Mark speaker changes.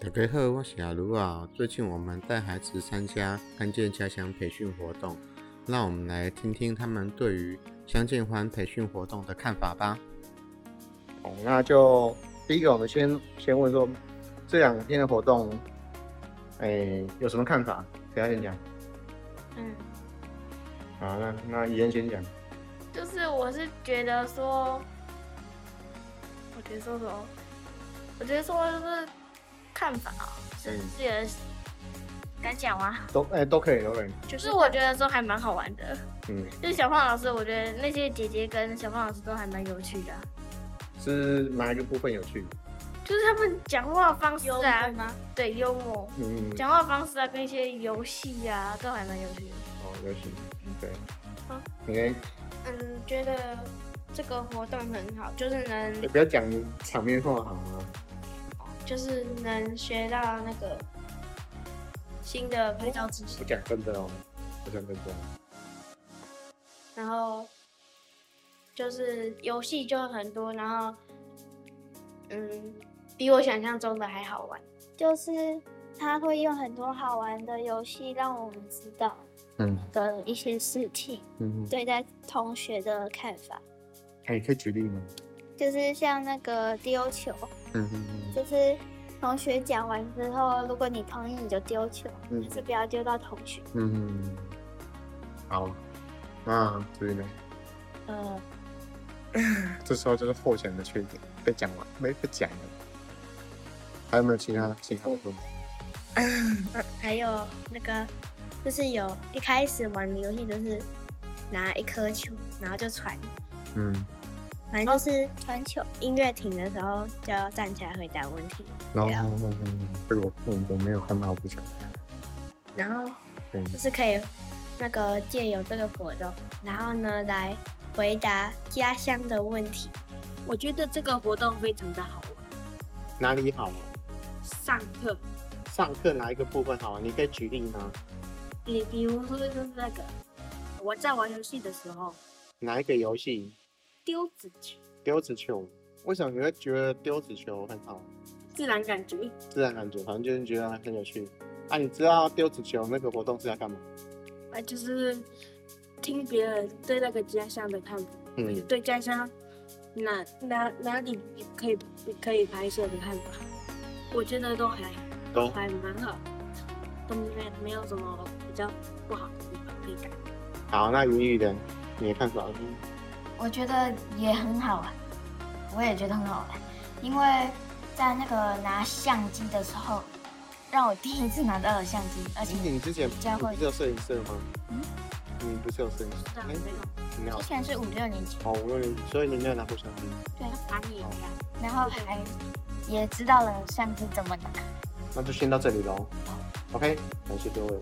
Speaker 1: 大家好，我是阿卢啊。最近我们带孩子参加看见家乡培训活动，让我们来听听他们对于相见欢培训活动的看法吧。
Speaker 2: 哦，那就第一个，我们先先问说，这两天的活动，哎、有什么看法？谁要先讲？
Speaker 3: 嗯，
Speaker 2: 好，那那怡恩先讲。
Speaker 3: 就是我是觉得说，我觉得说什么？我觉得说就是看法啊，是
Speaker 2: 嗯
Speaker 3: 自己的敢讲吗？
Speaker 2: 都哎、都可以，都可以。
Speaker 3: 就是我觉得说还蛮好玩的，
Speaker 2: 嗯，
Speaker 3: 就是小胖老师，我觉得那些姐姐跟小胖老师都还蛮有趣的啊、
Speaker 2: 是哪一个部分有趣？
Speaker 3: 就是他们讲话方式啊，
Speaker 4: 吗？
Speaker 3: 对幽默，
Speaker 2: 嗯，
Speaker 3: 讲话方式啊，跟一些游戏啊，都还蛮有趣的。
Speaker 2: 哦，有趣。对
Speaker 3: 好。
Speaker 2: 你呢？
Speaker 4: 嗯，觉得这个活动很好，就是
Speaker 2: 你
Speaker 4: 能
Speaker 2: 不要讲场面话好吗？
Speaker 4: 就是能学到那个新
Speaker 3: 哦
Speaker 4: 的拍照知识
Speaker 2: 我，讲真的哦，我讲真的哦。
Speaker 4: 然后就是游戏就很多，然后嗯，比我想象中的还好玩。
Speaker 5: 就是他会用很多好玩的游戏让我们知道
Speaker 2: 嗯
Speaker 5: 的一些事情，
Speaker 2: 嗯，
Speaker 5: 对待同学的看法，
Speaker 2: 哎、可以举例吗？
Speaker 5: 就是像那个丢球，
Speaker 2: 嗯嗯
Speaker 5: 就是同学讲完之后，如果你同意你就丢球，
Speaker 2: 嗯
Speaker 5: 就是不要丢到同学。
Speaker 2: 嗯，好，那所以呢，
Speaker 4: 嗯，
Speaker 2: 这时候就是候选的缺点被讲完，没被讲了。还有没有其他其他的部分？
Speaker 4: 还有那个就是有一开始玩的游戏就是拿一颗球，然后就传，
Speaker 2: 嗯，
Speaker 4: 反正就是传哦球。音乐停的时候就要站起来回答问题。
Speaker 2: 然后嗯这个我我我没有看到，不讲。
Speaker 4: 然后
Speaker 2: 嗯
Speaker 4: 就是可以那个借由这个活动，然后呢来回答家乡的问题。
Speaker 6: 我觉得这个活动非常的好玩。
Speaker 2: 哪里好啊？
Speaker 6: 上课，
Speaker 2: 上课哪一个部分好啊？你可以举例吗？
Speaker 6: 你比如说就是那个我在玩游戏的时候
Speaker 2: 哪一个游戏？
Speaker 6: 丢纸球，
Speaker 2: 丢纸球？为什么你会觉得丢纸球很好？
Speaker 6: 自然感觉
Speaker 2: 自然感觉，反正就是觉得很有趣。啊，你知道丢纸球那个活动是在干嘛？
Speaker 6: 啊就是听别人对那个家乡的看法，
Speaker 2: 嗯
Speaker 6: 对家乡哪哪哪里可以可以拍摄的看法，我觉得都还
Speaker 2: 都
Speaker 6: 还蛮好，都没没有什么比较不好的地方可以改。
Speaker 2: 好，那云雨人，你的看法？嗯
Speaker 7: 我觉得也很好玩，我也觉得很好玩，因为在那个拿相机的时候，让我第一次拿到了相机，而且
Speaker 4: 嗯
Speaker 2: 你你之前
Speaker 7: 比较
Speaker 2: 你不
Speaker 7: 会
Speaker 2: 是，有摄影社吗？
Speaker 7: 嗯
Speaker 2: 你不是有摄影社？
Speaker 6: 这样
Speaker 2: 哎
Speaker 6: 没有，
Speaker 2: 没有
Speaker 7: 之。前是五六年前，
Speaker 2: 哦，我问你，所以你没有拿过相机？
Speaker 6: 打你一样。
Speaker 7: 然后还也知道了相机怎么拿。
Speaker 2: 那就先到这里喽。OK，感谢各位。